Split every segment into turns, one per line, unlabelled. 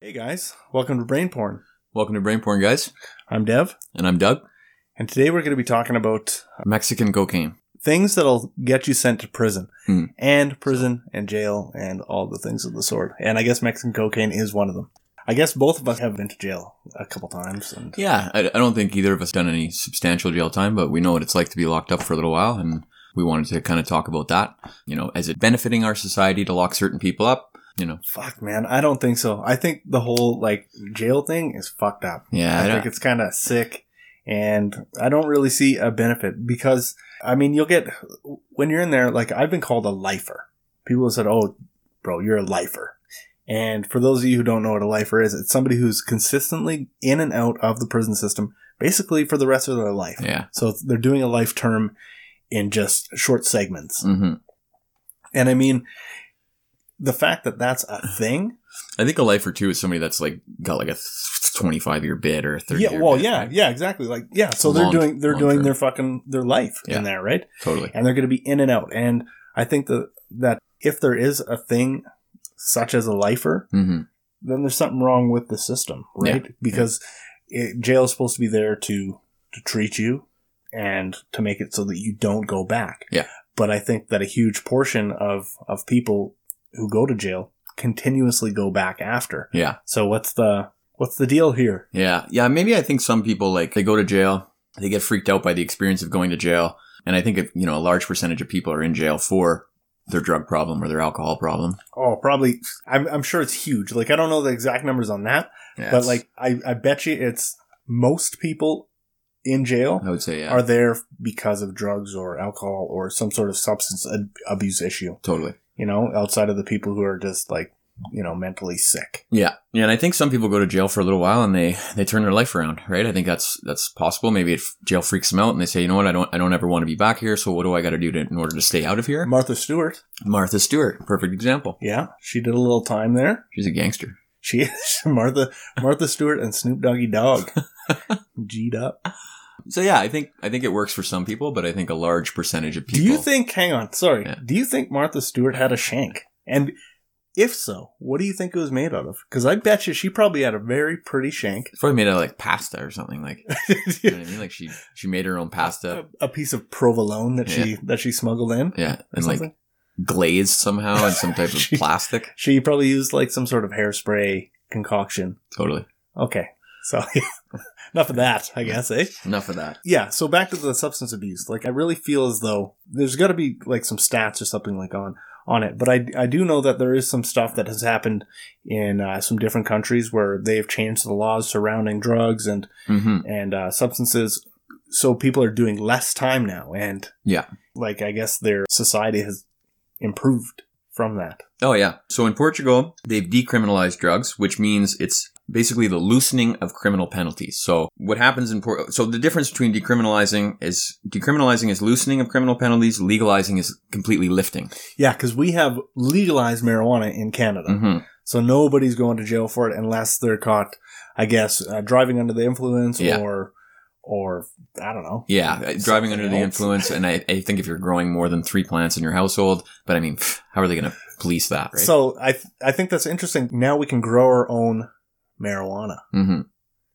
Hey guys, welcome to Brain Porn.
Welcome to Brain Porn, guys.
I'm Dev,
And I'm Doug.
and today we're going to be talking about
Mexican cocaine.
things that'll get you sent to prison,
Hmm.
and prison, and jail, and all the things of the sort. And I guess Mexican cocaine is one of them. I guess both of us have been to jail a couple times, and
Yeah, I, I don't think either of us done any substantial jail time, but we know what it's like to be locked up for a little while, and we wanted to kind of talk about that. You know, is it benefiting our society to lock certain people up? You know,
fuck, man, I don't think so. I think the whole like jail thing is fucked up.
yeah,
I
I
think
don't-
it's kind of sick, and I don't really see a benefit because I mean you'll get when you're in there. Like I've been called a lifer. People have said, "Oh, bro, you're a lifer." And for those of you who don't know what a lifer is, it's somebody who's consistently in and out of the prison system, basically for the rest of their life.
yeah.
So they're doing a life term in just short segments.
hmm
And I mean, the fact that that's a thing
I think a lifer too is somebody that's like got like a twenty-five year bid or a thirty.
yeah well yeah yeah exactly like yeah so
Long-
they're doing they're
long
doing
term.
their fucking their life
Yeah.
in there right
totally.
and they're going to be in and out and i think that that if there is a thing such as a lifer
hmm
then there's something wrong with the system right because it, jail is supposed to be there to to treat you and to make it so that you don't go back
Yeah.
but i think that a huge portion of of people who go to jail continuously go back after
Yeah,
so what's the what's the deal here
Yeah. Yeah. Maybe I think some people like they go to jail, they get freaked out by the experience of going to jail. And I think, if, you know, a large percentage of people are in jail for their drug problem or their alcohol problem.
Oh, probably. I'm, I'm sure it's huge. Like, I don't know the exact numbers on that,
Yeah,
but
it's-
like, I, I bet you it's most people in jail
I would say, Oh, yeah.
are there because of drugs or alcohol or some sort of substance ab- abuse issue,
totally.
you know, outside of the people who are just like, you know, mentally sick.
Yeah. Yeah. And I think some people go to jail for a little while and they, they turn their life around, right? I think that's, that's possible. Maybe it, jail freaks them out and they say, you know what? I don't, I don't ever want to be back here. So what do I got to do to, in order to stay out of here?
Martha Stewart.
Martha Stewart. Perfect example.
Yeah. She did a little time there.
She's a gangster.
She Martha, Martha Stewart and Snoop Doggy Dog. G'd up.
So yeah, I think, I think it works for some people, but I think a large percentage of people.
Do you think? Hang on, sorry.
Yeah.
Do you think Martha Stewart had a shank? And if so, what do you think it was made out of? Because I bet you she probably had a very pretty shank,
It's probably made out of like pasta or something. Like You know what I mean? Like she she made her own
a,
pasta.
a piece of provolone that she that she smuggled in,
Yeah,
or
and like
something.
glazed somehow in some type of
She-
plastic.
She probably used like some sort of hairspray concoction.
Totally.
Okay, so enough of that, I guess, eh?
Enough of that.
yeah so back to the substance abuse like i really feel as though there's got to be like some stats or something like on on it but i i do know that there is some stuff that has happened in uh, some different countries where they've changed the laws surrounding drugs and
hmm
and uh, substances so people are doing less time now and
Yeah.
like i guess their society has improved from that
Oh yeah. So in Portugal, they've decriminalized drugs, which means it's basically the loosening of criminal penalties. So what happens in Port- so the difference between decriminalizing is decriminalizing is loosening of criminal penalties, legalizing is completely lifting.
yeah because we have legalized marijuana in canada
hmm
So nobody's going to jail for it unless they're caught, I guess, uh, driving under the influence
Yeah.
or, or I don't know.
Yeah, uh, driving
Something
under the
else.
influence, and I, I think if you're growing more than three plants in your household, but I mean, pff, how are they going to police that, right?
So I th- I think that's interesting. Now we can grow our own marijuana.
Mm-hmm.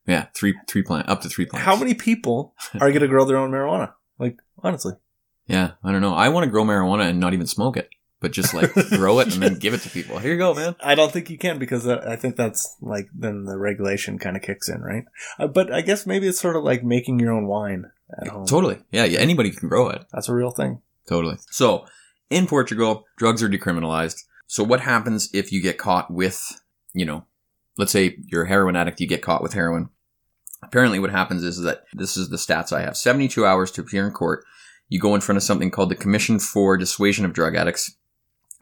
Yeah, three three plant up to three plants.
How many people are going to grow their own marijuana? Like honestly,
Yeah, I don't know. I want to grow marijuana and not even smoke it, but just like grow it and then give it to people. Here you go, man.
I don't think you can because uh, I I think that's like then the regulation kind of kicks in, right? Uh, but I guess maybe it's sort of like making your own wine at home.
Totally. Yeah, yeah. Anybody can grow it.
That's a real thing.
Totally. So in Portugal, drugs are decriminalized. So what happens if you get caught with, you know, let's say you're a heroin addict, you get caught with heroin. Apparently what happens is that this is the stats I have. 72 hours to appear in court. You go in front of something called the Commission for Dissuasion of Drug Addicts,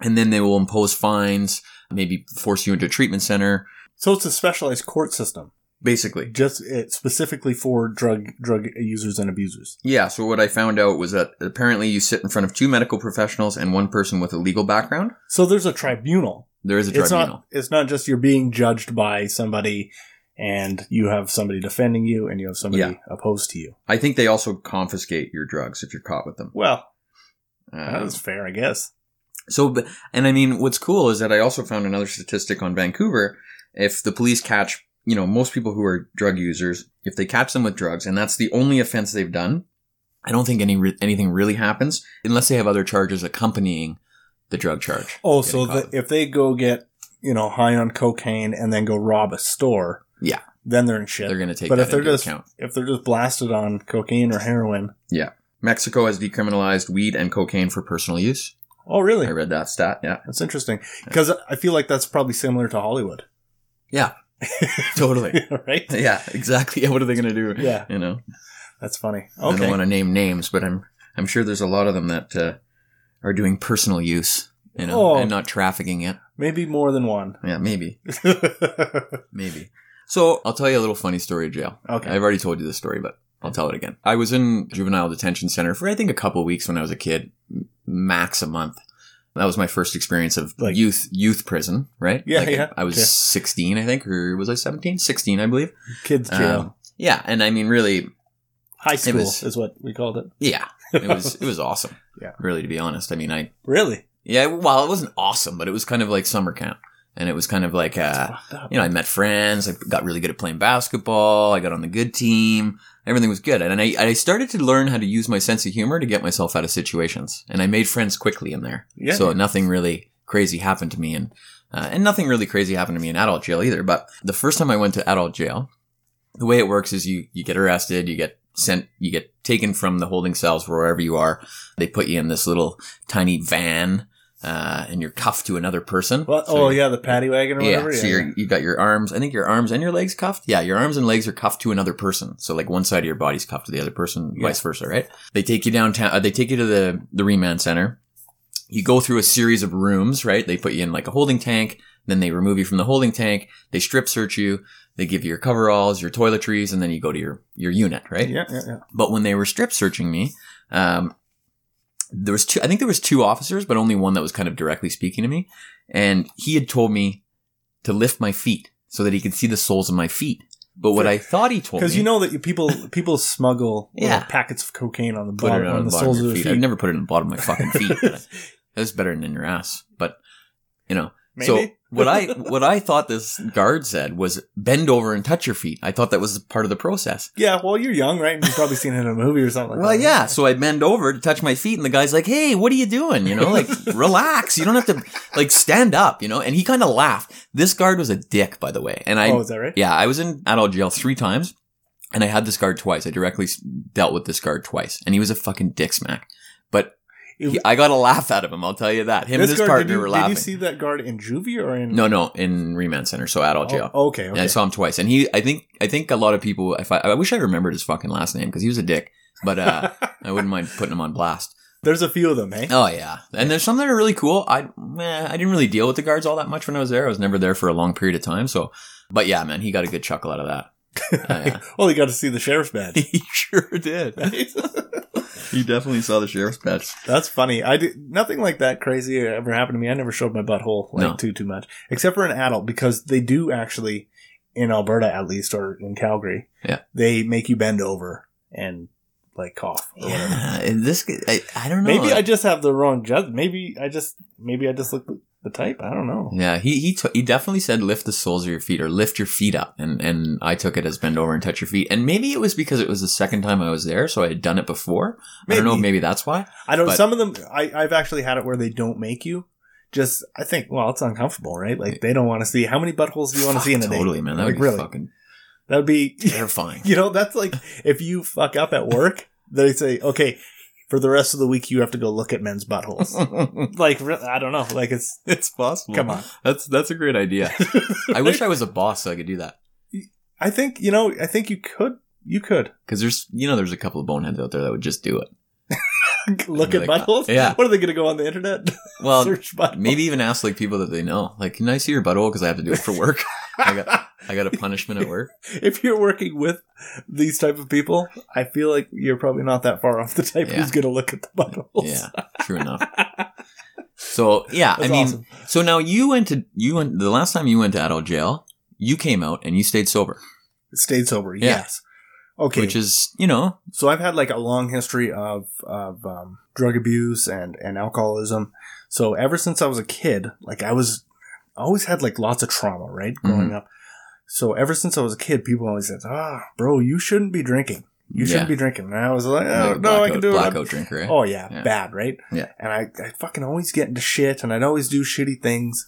and then they will impose fines, maybe force you into a treatment center.
So it's a specialized court system.
Basically,
just it specifically for drug drug users and abusers.
Yeah, so what I found out was that apparently you sit in front of two medical professionals and one person with a legal background.
So there's a tribunal.
There is a
It's
tribunal.
not it's not just you're being judged by somebody and you have somebody defending you and you have somebody
Yeah.
opposed to you.
I think they also confiscate your drugs if you're caught with them.
Well,
Uh,
that is fair, I guess.
so, but- and I mean, what's cool is that I also found another statistic on Vancouver if the police catch, you know, most people who are drug users, if they catch them with drugs and that's the only offense they've done, I don't think any re- anything really happens unless they have other charges accompanying the drug charge.
Oh,
Get
so
it caught.
the, if they go get you know high on cocaine and then go rob a store,
Yeah.
then they're in shit.
They're going to take
But
that
if they're
into
just-
account.
if they're just blasted on cocaine or heroin,
Mexico has decriminalized weed and cocaine for personal use.
oh
I
really?
read that stat. Yeah,
That's interesting because I feel like that's probably similar to Hollywood,
totally.
right?
yeah, exactly. Yeah, what are they going to do?
Yeah,
You know,
that's funny.
I don't
Okay,
want to name names, but I'm I'm sure there's a lot of them that uh, are doing personal use, you
Oh.
know, and not trafficking it.
maybe more than one.
Yeah, maybe,
okay,
maybe. So I'll tell you a little funny story of jail. I've already told you this story, but I'll tell it again. I was in juvenile detention center for I think a couple of weeks when I was a kid, m- max a month. That was my first experience of
Like-
youth youth prison, right?
Yeah,
Like,
yeah.
I was
Yeah.
16, I think, or was I 17? 16, I believe.
kids jail,
Um, yeah, and I mean, really,
high school
was-
is what we called it.
yeah, it was it was awesome.
Yeah.
really, to be honest, I mean, I
Really?
Yeah, well, it wasn't awesome, but it was kind of like summer camp, and it was kind of like, uh,
Fucked up.
you know, I met friends, I got really good at playing basketball, I got on the good team, everything was good, and I, I started to learn how to use my sense of humor to get myself out of situations, and I made friends quickly in there,
Yeah.
so nothing really crazy happened to me, and uh, and nothing really crazy happened to me in adult jail either. But the first time I went to adult jail, the way it works is you you get arrested, you get sent, you get taken from the holding cells wherever you are. They put you in this little tiny van, uh, and you're cuffed to another person.
Well,
So
oh
you're-
yeah, the paddy wagon or whatever.
yeah. So you're, you got your arms. I think your arms and your legs cuffed. Yeah, your arms and legs are cuffed to another person. So like one side of your body's cuffed to the other person,
Yeah.
vice versa, right? They take you downtown. Uh, they take you to the the remand center. You go through a series of rooms, right? They put you in like a holding tank. Then they remove you from the holding tank. They strip search you. They give you your coveralls, your toiletries, and then you go to your your unit, right?
yeah, yeah, yeah.
But when they were strip searching me, um, there was two. I think there was two officers, but only one that was kind of directly speaking to me, and he had told me to lift my feet so that he could see the soles of my feet. But what I thought he told me,
Because you know that you, people people smuggle little
Yeah.
packets of cocaine on the
put
bottom
it
on,
on
the
the bottom of
soles
your
of
feet.
the
I've
feet.
never put it on the bottom of my fucking feet. but That's better than in your ass. But you know, so what I what I thought this guard said was bend over and touch your feet. I thought that was part of the process.
yeah, well, you're young, right? And you've probably seen it in a movie or something like
well,
that.
yeah. uh, So I bend over to touch my feet, and the guy's like, "Hey, what are you doing? You know, like relax. You don't have to like stand up. You know." And he kind of laughed. This guard was a dick, by the way. And I,
oh, is that right?
yeah, I was in adult jail three times, and I had this guard twice. I directly s- dealt with this guard twice, and he was a fucking dick smack. But
It-
he- I got a laugh out of him. I'll tell you that. Him and his
guard,
partner
did you,
were
Did
laughing.
you see that guard in juvie or in
no, no, in remand center, so adult jail.
Oh, okay,
Yeah, I
okay.
saw him twice, and he. I think. I think a lot of people. If I, I wish I remembered his fucking last name because he was a dick, but uh, I wouldn't mind putting him on blast.
There's a few of them, eh?
Oh yeah, and there's some that are really cool. I meh, I didn't really deal with the guards all that much when I was there. I was never there for a long period of time. So, but yeah, man, he got a good chuckle out of that. Uh, yeah.
Well, you got to see the sheriff's badge.
he sure did. he definitely saw the sheriff's badge.
That's funny. I did nothing like that crazy ever happened to me. I never showed my butthole like
No.
too too much, except for an adult because they do actually in Alberta at least or in Calgary.
Yeah.
they make you bend over and like cough or whatever.
Yeah, and this. I, I don't know.
Maybe I just have the wrong judge. Maybe I just maybe I just look the- the type. I don't know.
Yeah, he he t- he definitely said lift the soles of your feet or lift your feet up, and and I took it as bend over and touch your feet, and maybe it was because it was the second time I was there, so I had done it before. I don't know, maybe that's why.
I don't.
but-
some of them I, I've actually had it where they don't make you. Just I think well it's uncomfortable, right? Like they don't want to see how many buttholes do you want to
Fuck,
see in a day?
totally, man. That
Like,
would be
really?
fucking
That would be
terrifying.
you know that's like if you fuck up at work, they say okay for the rest of the week you have to go look at men's buttholes. like re- I don't know. Like it's
it's possible.
come on.
that's that's a great idea. I wish I was a boss so I could do that
I think you know. I think you could. You could
because there's you know there's a couple of boneheads out there that would just do it.
look at
Like, uh,
buttholes.
yeah.
What are they going to go on the internet?
Well,
Search buttholes.
maybe even ask like people that they know, like, can I see your butthole because I have to do it for work. I got I got a punishment at work.
if you're working with these type of people, I feel like you're probably not that far off the type
Yeah.
who's going to look at the buttholes.
Yeah, true enough. So yeah, I mean. So now you went to you went the last time you went to adult jail, you came out and you stayed sober,
stayed sober.
Yeah.
Yes. Okay.
which is you know
so I've had like a long history of of um, drug abuse and and alcoholism. So ever since I was a kid, like I was I always had like lots of trauma, right?
Mm-hmm.
Growing up. So ever since I was a kid, people always said, ah, bro, you shouldn't be drinking. You shouldn't be drinking. And I was like,
Like
oh,
a
no, I can
blackout-
do it. I'm-
Blackout drinker, eh?
Oh yeah,
Yeah.
bad, right?
Yeah.
And I, I fucking always get into shit, and I'd always do shitty things,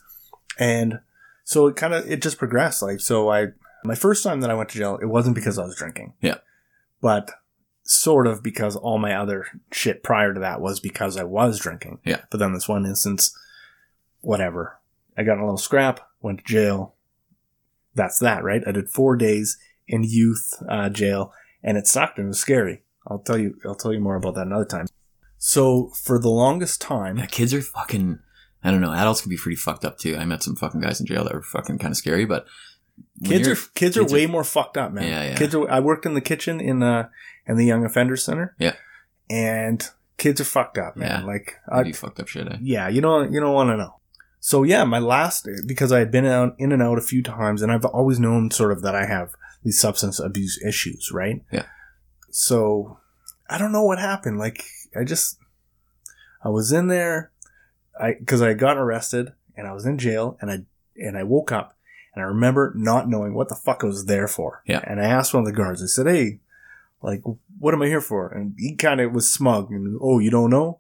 and so it kind of it just progressed. Like so, I my first time that I went to jail, it wasn't because I was drinking.
Yeah.
But sort of because all my other shit prior to that was because I was drinking.
Yeah.
But then this one instance, whatever, I got in a little scrap, went to jail. That's that, right? I did four days in youth uh, jail, and it sucked and it was scary. I'll tell you. I'll tell you more about that another time. So for the longest
Yeah,
time,
kids are fucking. I don't know. Adults can be pretty fucked up too. I met some fucking guys in jail that were fucking kind of scary, but when
kids are
you're-
kids, are
kids are-
way more fucked up, man.
Yeah, yeah.
Kids are. I worked in the kitchen in uh in the young offender center.
Yeah.
and kids are fucked up, man.
Yeah.
Like,
you
I,
do fucked up shit. Eh?
yeah, you don't you don't want to know. So yeah, my last because I had been out in and out a few times, and I've always known sort of that I have these substance abuse issues, right?
Yeah.
So I don't know what happened. Like I just I was in there, I because I got arrested and I was in jail and I and I woke up and I remember not knowing what the fuck I was there for.
Yeah.
And I asked one of the guards. I said, "Hey, like what am I here for?" And he kind of was smug and, "Oh, you don't know?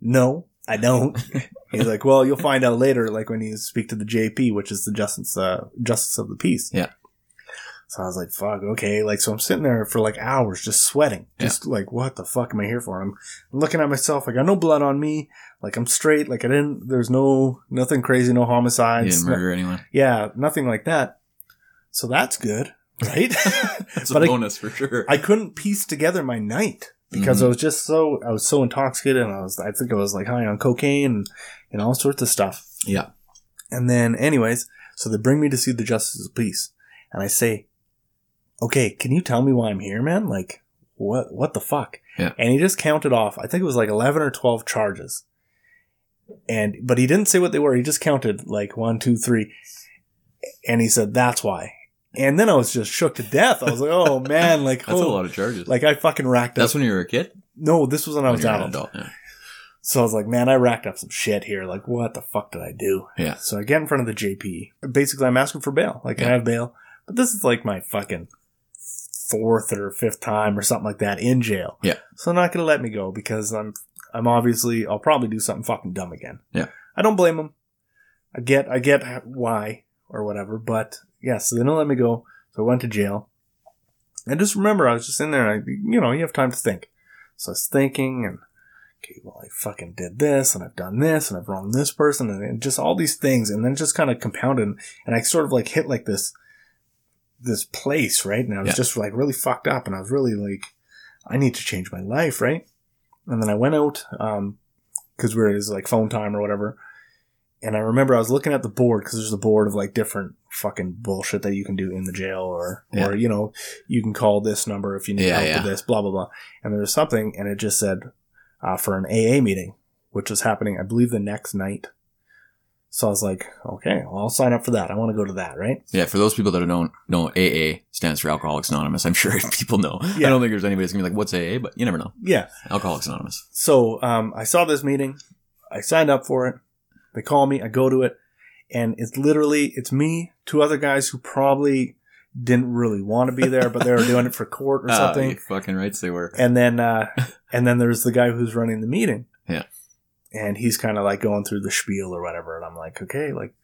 No, I don't." He's like, well, you'll find out later, like when you speak to the JP, which is the justice, uh, justice of the peace.
Yeah.
So I was like, fuck, okay. Like, so I'm sitting there for like hours, just sweating, just like, what the fuck am I here for? I'm looking at myself. I got no blood on me. Like, I'm straight. Like, I didn't. There's no nothing crazy, no
You
homicides.
didn't
no-
murder anyone.
yeah, nothing like that. So that's good, right?
That's
But
a
I-
bonus for sure.
I couldn't piece together my night
Mm-hmm.
because I was just so I was so intoxicated and I was I think I was like high on cocaine and, and all sorts of stuff.
Yeah.
And then anyways, so they bring me to see the justice of the peace and I say, "Okay, can you tell me why I'm here, man? Like what what the fuck?"
Yeah.
And he just counted off. I think it was like 11 or 12 charges. And but he didn't say what they were. He just counted like one, two, three, and he said that's why. And then I was just shook to death. I was like, "Oh man, like
That's a
holy
lot of charges.
like I fucking racked
that's
up.
when you were a kid.
No, this was when I
When
was
you were
out.
an adult. yeah.
So I was like, man, I racked up some shit here. Like, what the fuck did I do?
Yeah.
So I get in front of the JP. Basically, I'm asking for bail. Like, I
Yeah.
have bail, but this is like my fucking fourth or fifth time or something like that in jail.
Yeah.
So they're not gonna let me go because I'm, I'm obviously, I'll probably do something fucking dumb again.
Yeah.
I don't blame them. I get, I get why or whatever, but yeah. So they don't let me go. So I went to jail. And just remember, I was just in there. And I, you know, you have time to think. So I was thinking and okay, well, I fucking did this and I've done this and I've wronged this person and, and just all these things. And then it just kind of compounded. And I sort of like hit like this, this place, right? And I was
Yeah.
just like really fucked up and I was really like, I need to change my life, right? And then I went out, um, cause we were, it was like phone time or whatever. And I remember I was looking at the board because there's a board of like different fucking bullshit that you can do in the jail or, or, you know, you can call this number if you need
Yeah,
help
yeah.
with this, blah, blah, blah. And there was something and it just said, uh, for an AA meeting, which was happening, I believe, the next night. So I was like, okay, well, I'll sign up for that. I want to go to that, right?
Yeah, for those people that don't know, AA stands for Alcoholics Anonymous. I'm sure people know.
Yeah.
I don't think there's anybody that's gonna be like, "What's AA?" But you never know.
Yeah.
Alcoholics Anonymous.
So um, I saw this meeting. I signed up for it. They call me. I go to it, and it's literally it's me, two other guys who probably didn't really want to be there, but they were doing it for court or
Ah,
something.
you fucking rights they were.
and then uh, and then there's the guy who's running the meeting.
Yeah.
And he's kind of like going through the spiel or whatever, and I'm like, okay, like,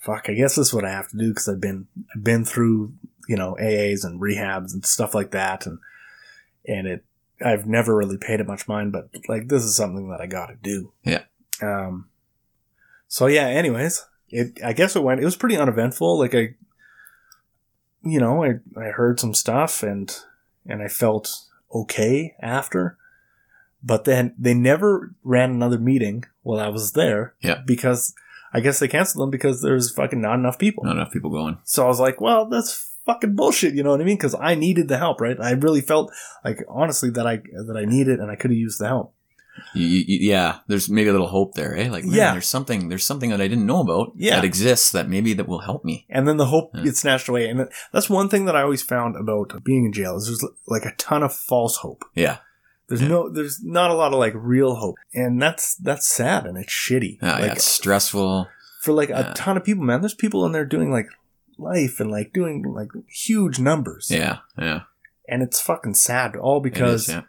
fuck, I guess this is what I have to do because I've been I've been through you know AAs and rehabs and stuff like that, and and it I've never really paid it much mind, but like this is something that I got to do.
Yeah.
Um. So yeah. Anyways, it I guess it went. It was pretty uneventful. Like I, you know, I I heard some stuff and and I felt okay after. But then they never ran another meeting while I was there.
Yeah.
Because I guess they canceled them because there's fucking not enough people.
Not enough people going.
So I was like, well, that's fucking bullshit. You know what I mean? Because I needed the help, right? I really felt like honestly that I that I needed and I could have used the help.
You, you, you- yeah, there's maybe a little hope there, eh? Like, man,
Yeah.
there's something, there's something that I didn't know about
Yeah.
that exists that maybe that will help me.
And then the hope
Yeah.
gets snatched away. And that's one thing that I always found about being in jail is there's like a ton of false hope.
Yeah.
There's
Yeah.
no, there's not a lot of like real hope, and that's that's sad and it's shitty.
Ah, yeah,
Like,
it's stressful.
for like
Yeah.
a ton of people, man. There's people in there doing like life and like doing like huge numbers.
Yeah, yeah.
And it's fucking sad, all
It is,
because
yeah.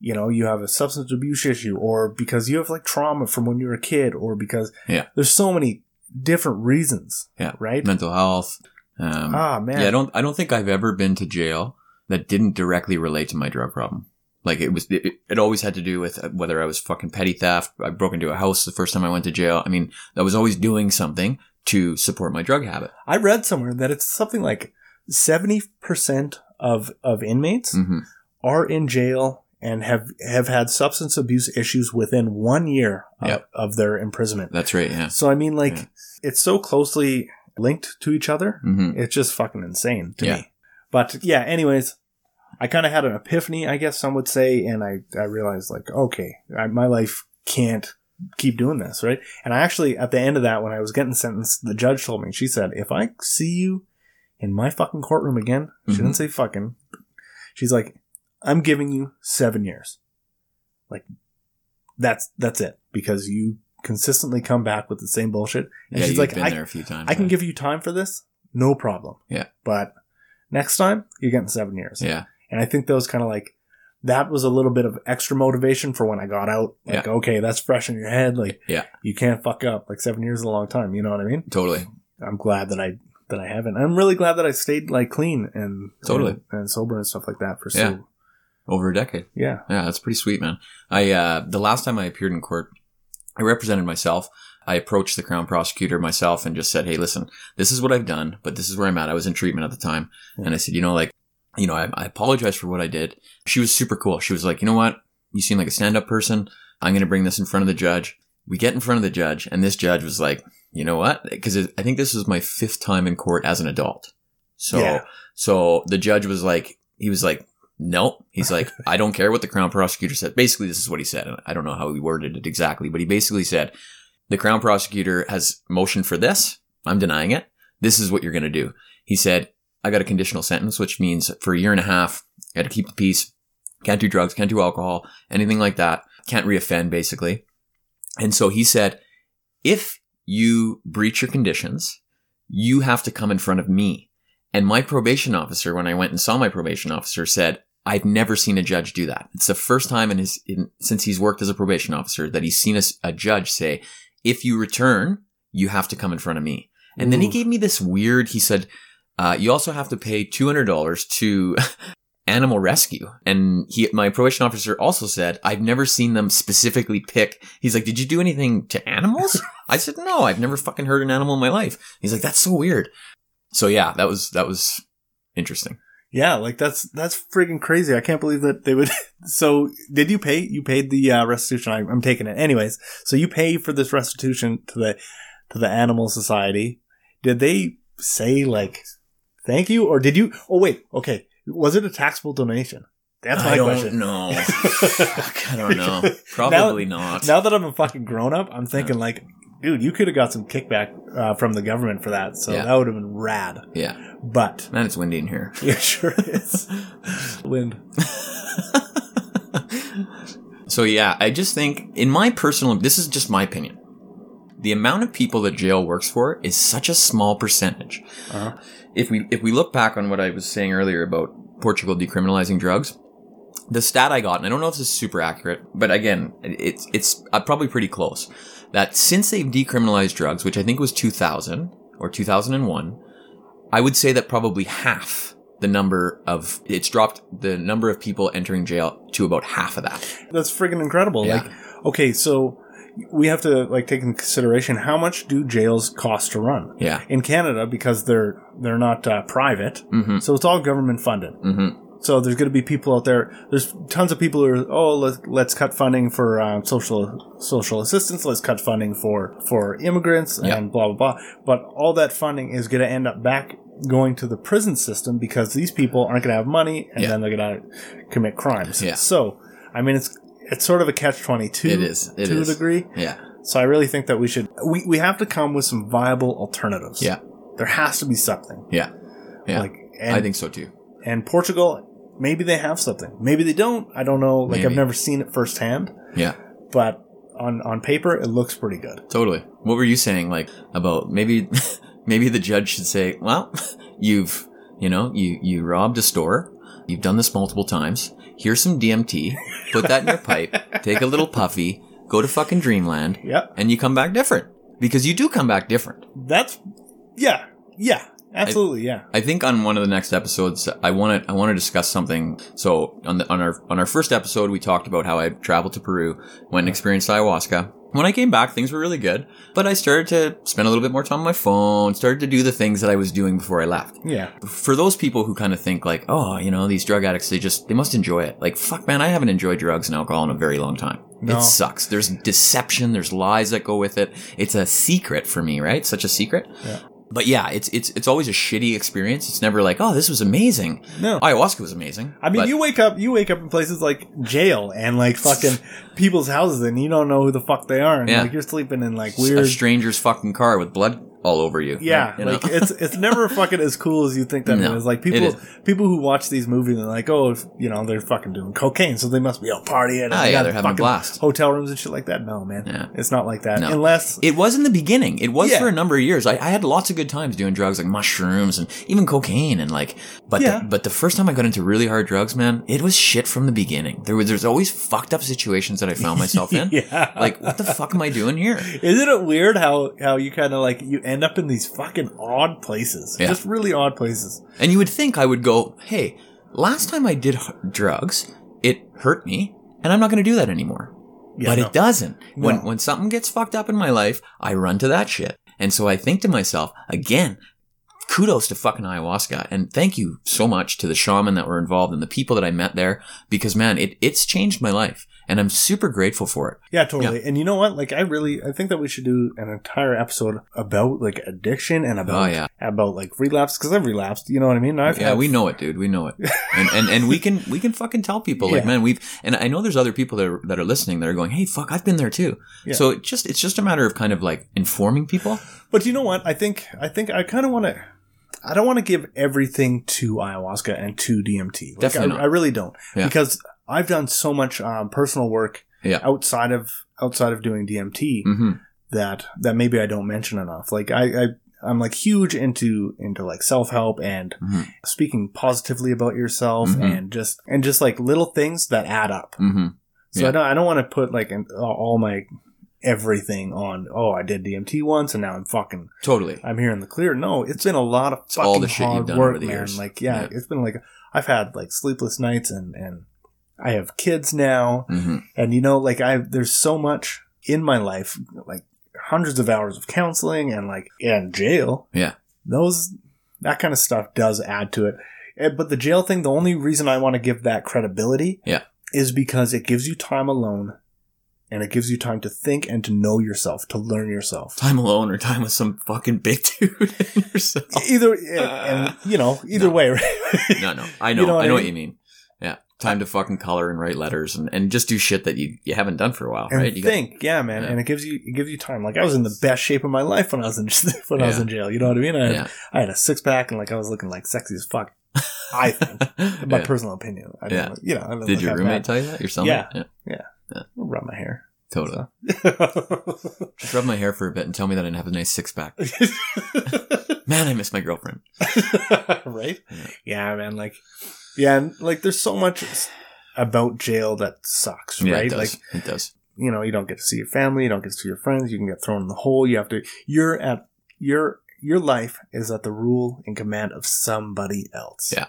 you know you have a substance abuse issue, or because you have like trauma from when you were a kid, or because
Yeah.
there's so many different reasons.
Yeah.
Right.
mental health. Um,
Ah man.
yeah, I don't. I don't think I've ever been to jail that didn't directly relate to my drug problem. Like it was, it, it always had to do with uh, whether I was fucking petty theft. I broke into a house the first time I went to jail. I mean, I was always doing something to support my drug habit.
I read somewhere that it's something like seventy percent of of inmates
hmm
are in jail and have have had substance abuse issues within one year of,
Yep.
of their imprisonment.
That's right. Yeah.
So I mean, like
Yeah.
it's so closely linked to each other.
hmm
It's just fucking insane to
Yeah.
me. But yeah, anyways, I kind of had an epiphany, I guess some would say, and I I realized like, okay, I, my life can't keep doing this, right? And I actually at the end of that, when I was getting sentenced, the judge told me, she said, if I see you in my fucking courtroom again, she
Mm-hmm.
didn't say fucking. She's like, I'm giving you seven years. Like, that's that's it because you consistently come back with the same bullshit. And
Yeah,
she's
you've
like,
been
I,
there a few times.
I can
right?
give you time for this, no problem.
Yeah.
but next time you're getting seven years.
Yeah,
And I think that was kind of like that was a little bit of extra motivation for when I got out. Like, okay, that's fresh in your head. Like,
Yeah.
you can't fuck up. Like seven years is a long time. You know what I mean?
totally.
I'm glad that I that I haven't. I'm really glad that I stayed like clean and
Totally.
and, and sober and stuff like that for
Yeah.
so
Over a decade.
yeah.
Yeah, that's pretty sweet, man. I uh, the last time I appeared in court, I represented myself. I approached the crown prosecutor myself and just said, "Hey, listen, this is what I've done, but this is where I'm at. I was in treatment at the time, and I said, you know, like, you know, I, I apologize for what I did." She was super cool. She was like, "You know what? You seem like a stand-up person. I'm going to bring this in front of the judge." We get in front of the judge, and this judge was like, "You know what? Because I think this was my fifth time in court as an adult. So,
Yeah.
so the judge was like, he was like." Nope. He's like, I don't care what the Crown prosecutor said. Basically, this is what he said. And I don't know how he worded it exactly, but he basically said, the Crown prosecutor has motioned for this. I'm denying it. This is what you're going to do. He said, I got a conditional sentence, which means for a year and a half, got to keep the peace. Can't do drugs, can't do alcohol, anything like that. Can't reoffend, basically. And so he said, if you breach your conditions, you have to come in front of me. And my probation officer, when I went and saw my probation officer, said, I've never seen a judge do that. It's the first time in his, in, since he's worked as a probation officer that he's seen a, s- a judge say, if you return, you have to come in front of me. And then he
Ooh.
gave me this weird, he said, uh, you also have to pay $200 to animal rescue. And he, my probation officer also said, I've never seen them specifically pick. He's like, did you do anything to animals? I said, no, I've never fucking hurt an animal in my life. He's like, that's so weird. So yeah, that was, that was interesting.
Yeah, like that's that's freaking crazy. I can't believe that they would. So, did you pay? You paid the uh, restitution. I, I'm taking it, anyways. So you pay for this restitution to the to the animal society. Did they say like thank you, or did you? Oh wait, okay. Was it a taxable donation? That's my
I don't
question.
know. Fuck, I don't know. Probably not.
Now that I'm a fucking grown up, I'm thinking like, dude, you could have got some kickback uh, from the government for that. So
Yeah.
that would have been rad.
Yeah.
But
Man, it's windy in here.
it sure is. Wind.
so yeah, I just think in my personal this is just my opinion. The amount of people that jail works for is such a small percentage.
Uh-huh.
If we if we look back on what I was saying earlier about Portugal decriminalizing drugs, the stat I got, and I don't know if this is super accurate, but again, it- it's it's uh, probably pretty close. That since they've decriminalized drugs, which I think was 2000 or 2001, I would say that probably half the number of it's dropped the number of people entering jail to about half of that.
That's friggin' incredible.
Yeah.
Like, okay, so we have to like take in consideration how much do jails cost to run
Yeah.
in Canada because they're they're not uh, private,
Mm-hmm.
so it's all government funded.
Mm-hmm.
So there's going to be people out there. There's tons of people who are oh let's, let's cut funding for um, social social assistance. Let's cut funding for for immigrants
Yeah.
and blah blah blah. But all that funding is going to end up back going to the prison system because these people aren't going to have money and
Yeah.
then they're going to commit crimes.
Yeah.
So I mean it's it's sort of a catch twenty two.
It is. It
to
is.
a degree.
Yeah.
So I really think that we should we, we have to come with some viable alternatives.
Yeah.
There has to be something.
Yeah. Yeah.
Like and
I think so too.
and Portugal, maybe they have something. Maybe they don't. I don't know. Like
Maybe.
I've never seen it firsthand,
Yeah.
but on on paper it looks pretty good.
Totally. What were you saying, like about maybe, maybe the judge should say, "Well, you've, you know, you you robbed a store. You've done this multiple times. Here's some DMT. Put that in your pipe. Take a little puffy. Go to fucking dreamland,
Yep.
and you come back different because you do come back different."
That's yeah. Yeah. Absolutely, yeah.
I think on one of the next episodes, I want to I want to discuss something. So on the on our on our first episode, we talked about how I traveled to Peru, went and experienced ayahuasca. When I came back, things were really good, but I started to spend a little bit more time on my phone. Started to do the things that I was doing before I left.
Yeah.
For those people who kind of think like, oh, you know, these drug addicts, they just they must enjoy it. Like, fuck, man, I haven't enjoyed drugs and alcohol in a very long time.
No.
It sucks. There's deception. There's lies that go with it. It's a secret for me, right? Such a secret.
Yeah.
But yeah, it's it's it's always a shitty experience. It's never like, oh, this was amazing.
No.
Ayahuasca was amazing.
I mean,
But
you wake up, you wake up in places like jail and like fucking people's houses, and you don't know who the fuck they are, and
Yeah.
like you're sleeping in like
s- a
weird.
stranger's fucking car with blood all over you.
Yeah,
You know?
like it's it's never fucking as cool as you think that
No,
it is. Like
it
people
is.
people who watch these movies are like, oh, if- you know, they're fucking doing cocaine, so they must be out partying. and
Ah,
they
yeah,
got
they're having a
fucking
blast.
Hotel rooms and shit like that. No, man,
Yeah.
it's not like that
No.
unless
It was in the beginning. It was
Yeah.
for a number of years. I, I had lots of good times doing drugs like mushrooms and even cocaine and like. But
Yeah.
the, but the first time I got into really hard drugs, man, it was shit from the beginning. There was there's always fucked up situations that I found myself in.
yeah.
Like what the fuck am I doing here?
Isn't it weird how how you kind of like you end up in these fucking odd places,
Yeah.
just really odd places?
And you would think I would go, hey, last time I did h- drugs, it hurt me, and I'm not going to do that anymore.
Yeah,
but
no.
it doesn't. When
No.
when something gets fucked up in my life, I run to that shit. And so I think to myself, again, kudos to fucking ayahuasca and thank you so much to the shaman that were involved and the people that I met there because man, it it's changed my life and I'm super grateful for it.
Yeah, totally. And you know what? Like, I really, I think that we should do an entire episode about like addiction and about
Oh, yeah.
about like relapse because I've relapsed. You know what I mean? I've
yeah,
had-
we know it, dude. We know it. And and, and we can we can fucking tell people like,
Yeah.
man, we've and I know there's other people that are, that are listening that are going, "Hey, fuck, I've been there too."
Yeah.
So it just it's just a matter of kind of like informing people.
But you know what? I think I think I kind of want to. I don't want to give everything to ayahuasca and to DMT. Like,
Definitely
I,
not.
I really don't
Yeah.
because I've done so much um, personal work
Yeah.
outside of outside of doing DMT
Mhm.
that that maybe I don't mention enough. Like I. I I'm like huge into into like self help and
Mhm.
speaking positively about yourself
Mhm.
and just and just like little things that add up.
Mhm.
So
Yeah.
I don't, I don't want to put like an, all my everything on. Oh, I did DMT once, and now I'm fucking
Totally.
I'm here in the clear. No, it's been a lot of
It's
fucking
all the shit you've
hard
done
work,
over the
man.
years.
Like yeah,
Yeah.
it's been like I've had like sleepless nights, and and I have kids now,
Mhm.
and you know like I there's so much in my life, like hundreds of hours of counseling and like and jail.
Yeah.
those that kind of stuff does add to it. Eh, But the jail thing, the only reason I want to give that credibility,
Yeah.
is because it gives you time alone, and it gives you time to think and to know yourself, to learn yourself.
time alone or time with some fucking big dude and yourself.
E-, either and, and, you know either
Uh, No.
way right
No, no, I know,
You know what
I know
I
what you mean. Yeah, time to fucking color and write letters and, and just do shit that you, you haven't done for a while,
and
right? You got-
think yeah man
Yeah.
and it gives you it gives you time like i was in the best shape of my life when i was in when i was
Yeah.
in jail you know what i mean i had,
Yeah.
I had a six-pack and like i was looking like sexy as fuck i think in my
Yeah.
personal opinion I
Yeah.
didn't, you know I didn't
Did
look
your
that
roommate
bad.
tell you that? Your son?
Yeah.
yeah,
rub my hair
totally. Just rub my hair for a bit and tell me that I didn't have a nice six pack. Man, I miss my girlfriend.
right
Yeah.
yeah man like yeah and like there's so much about jail that sucks
Yeah,
right
it
like
does. it does.
you know you don't get to see your family you don't get to see your friends you can get thrown in the hole you have to you're at your your life is at the rule and command of somebody else
Yeah.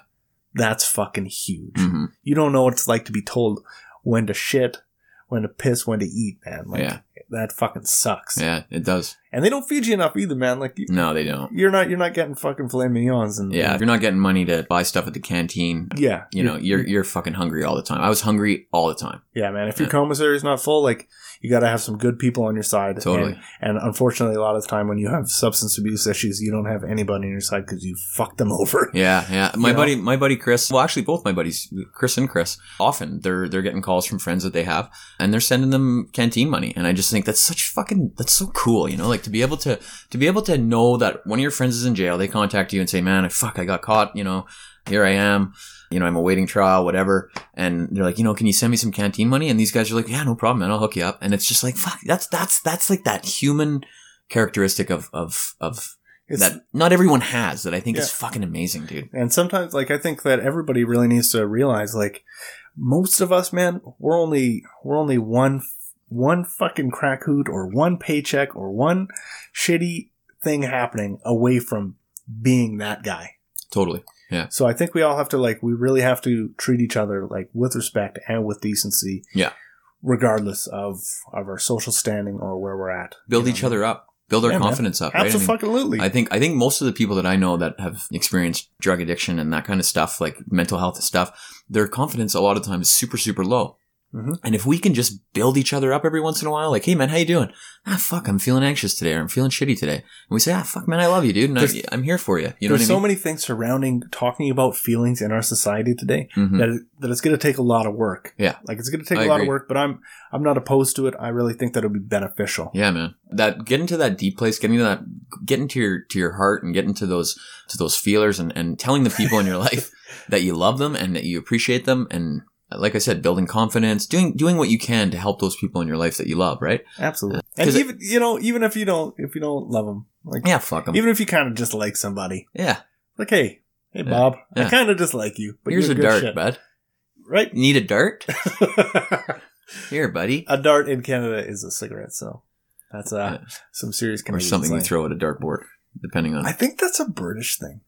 that's fucking huge
hmm
you don't know what it's like to be told when to shit when to piss when to eat man like
Yeah.
that fucking sucks
Yeah, it does.
and they don't feed you enough either man like you,
No, they don't.
you're not you're not getting fucking filet mignons and
Yeah, if you're not getting money to buy stuff at the canteen,
yeah
you know, you're you're fucking hungry all the time. I was hungry all the time.
yeah man if your
Yeah.
commissary's not full like you got to have some good people on your side
Totally.
And And unfortunately, a lot of the time when you have substance abuse issues, you don't have anybody on your side because you fucked them over.
Yeah, yeah. My
You know?
buddy, my buddy Chris. Well, actually, both my buddies, Chris and Chris. Often they're they're getting calls from friends that they have, and they're sending them canteen money. And I just think that's such fucking that's so cool. You know, Like to be able to to be able to know that one of your friends is in jail, they contact you and say, "Man, I fuck, I got caught. You know, here I am. You know, I'm awaiting trial, whatever." And they're like, "You know, can you send me some canteen money?" And these guys are like, "Yeah, no problem, man. I'll hook you up." And it's just like, fuck, that's that's that's like that human characteristic of of of
It's,
that not everyone has that I think is
Yeah.
fucking amazing, dude.
and sometimes, like, I think that everybody really needs to realize, like, most of us, man, we're only we're only one one fucking crack hoot or one paycheck or one shitty thing happening away from being that guy.
Totally.
So I think we all have to like we really have to treat each other like with respect and with decency.
Yeah.
Regardless of of our social standing or where we're at.
Build
You know
each
what I
other up. Build our
Yeah, man.
confidence up.
mean?
Right? I mean,
Absolutely.
I think I think most of the people that I know that have experienced drug addiction and that kind of stuff, like mental health stuff, their confidence a lot of times is super super low.
Mhm.
And if we can just build each other up every once in a while, like, hey man, how you doing? Ah, fuck, I'm feeling anxious today, or I'm feeling shitty today, and we say, ah, fuck, man, I love you, dude, and
There's-
I, I'm here for you. You know
There's so
what I mean?
many things surrounding talking about feelings in our society today
Mhm.
that that it's going to take a lot of work.
Yeah.
Like it's going to take
I
a lot of
agree.
work, but I'm I'm not opposed to it. I really think that it'll be beneficial.
Yeah, man. That get into that deep place, getting to that, get into your to your heart, and get into those to those feelers, and and telling the people in your life that you love them and that you appreciate them, and like I said, building confidence, doing doing what you can to help those people in your life that you love, right?
Absolutely. And
Uh, 'Cause it-
even you know even if you don't if you don't love them, like
Yeah, fuck them.
even if you kind of just like somebody,
Yeah,
like hey, hey
Yeah.
Bob, I
Yeah.
kind of dislike you, but
here's
you're
a
good
dart,
shit.
bud.
right?
Need a dart? Here, buddy.
a dart in Canada is a cigarette, so that's uh, some serious
Or
Canadian
something you
slang.
throw at a dartboard, depending on.
I think that's a British thing.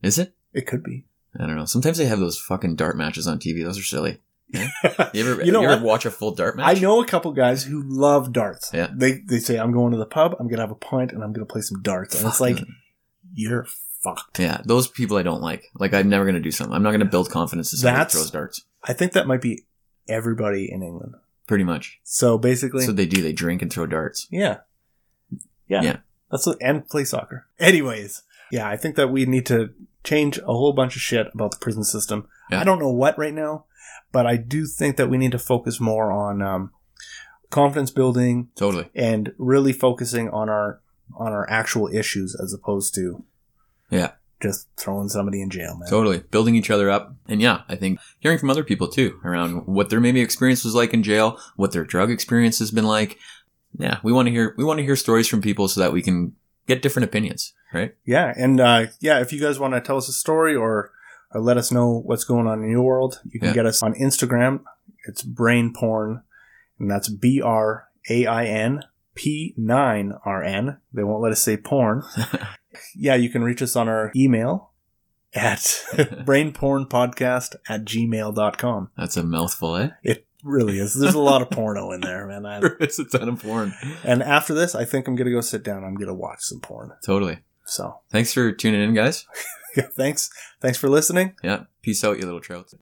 Is it?
It could be.
I don't know. Sometimes they have those fucking dart matches on TV. Those are silly. You ever
You
you,
know
ever
what?
watch a full dart
I
match?
know a couple guys who love darts.
Yeah.
They they say I'm going to the pub, I'm gonna have a pint, and I'm gonna play some darts, and it's
Fuck,
like you're fucked.
Yeah, those people I don't like. Like I'm never gonna do something. I'm not gonna build confidence in somebody that
That's-
throws darts.
I think that might be everybody in England.
Pretty much.
So basically,
So they do. They drink and throw darts.
Yeah. Yeah.
Yeah.
That's what, and play soccer. Anyways, yeah, I think that we need to change a whole bunch of shit about the prison system.
Yeah.
I don't know what right now, but I do think that we need to focus more on um, confidence building
Totally.
and really focusing on our on our actual issues as opposed to
Yeah.
just throwing somebody in jail, man.
Totally. Building each other up. And yeah, I think hearing from other people too around what their maybe experience was like in jail, what their drug experience has been like. Yeah, we want to hear we want to hear stories from people so that we can get different opinions, right?
Yeah, and uh, yeah, if you guys want to tell us a story or or let us know what's going on in your world, you can
Yeah.
get us on Instagram. It's brain porn, and that's B R A I N P nine R N. They won't let us say porn. yeah, you can reach us on our email at brainpornpodcast at gmail.com.
That's a mouthful, eh?
It really is. There's a lot of porno in there, man. I,
it's a ton of porn.
and after this, I think I'm going to go sit down. I'm going to watch some porn.
Totally.
So
Thanks for tuning in, guys.
yeah, thanks. Thanks for listening.
Yeah. Peace out, you little trouts.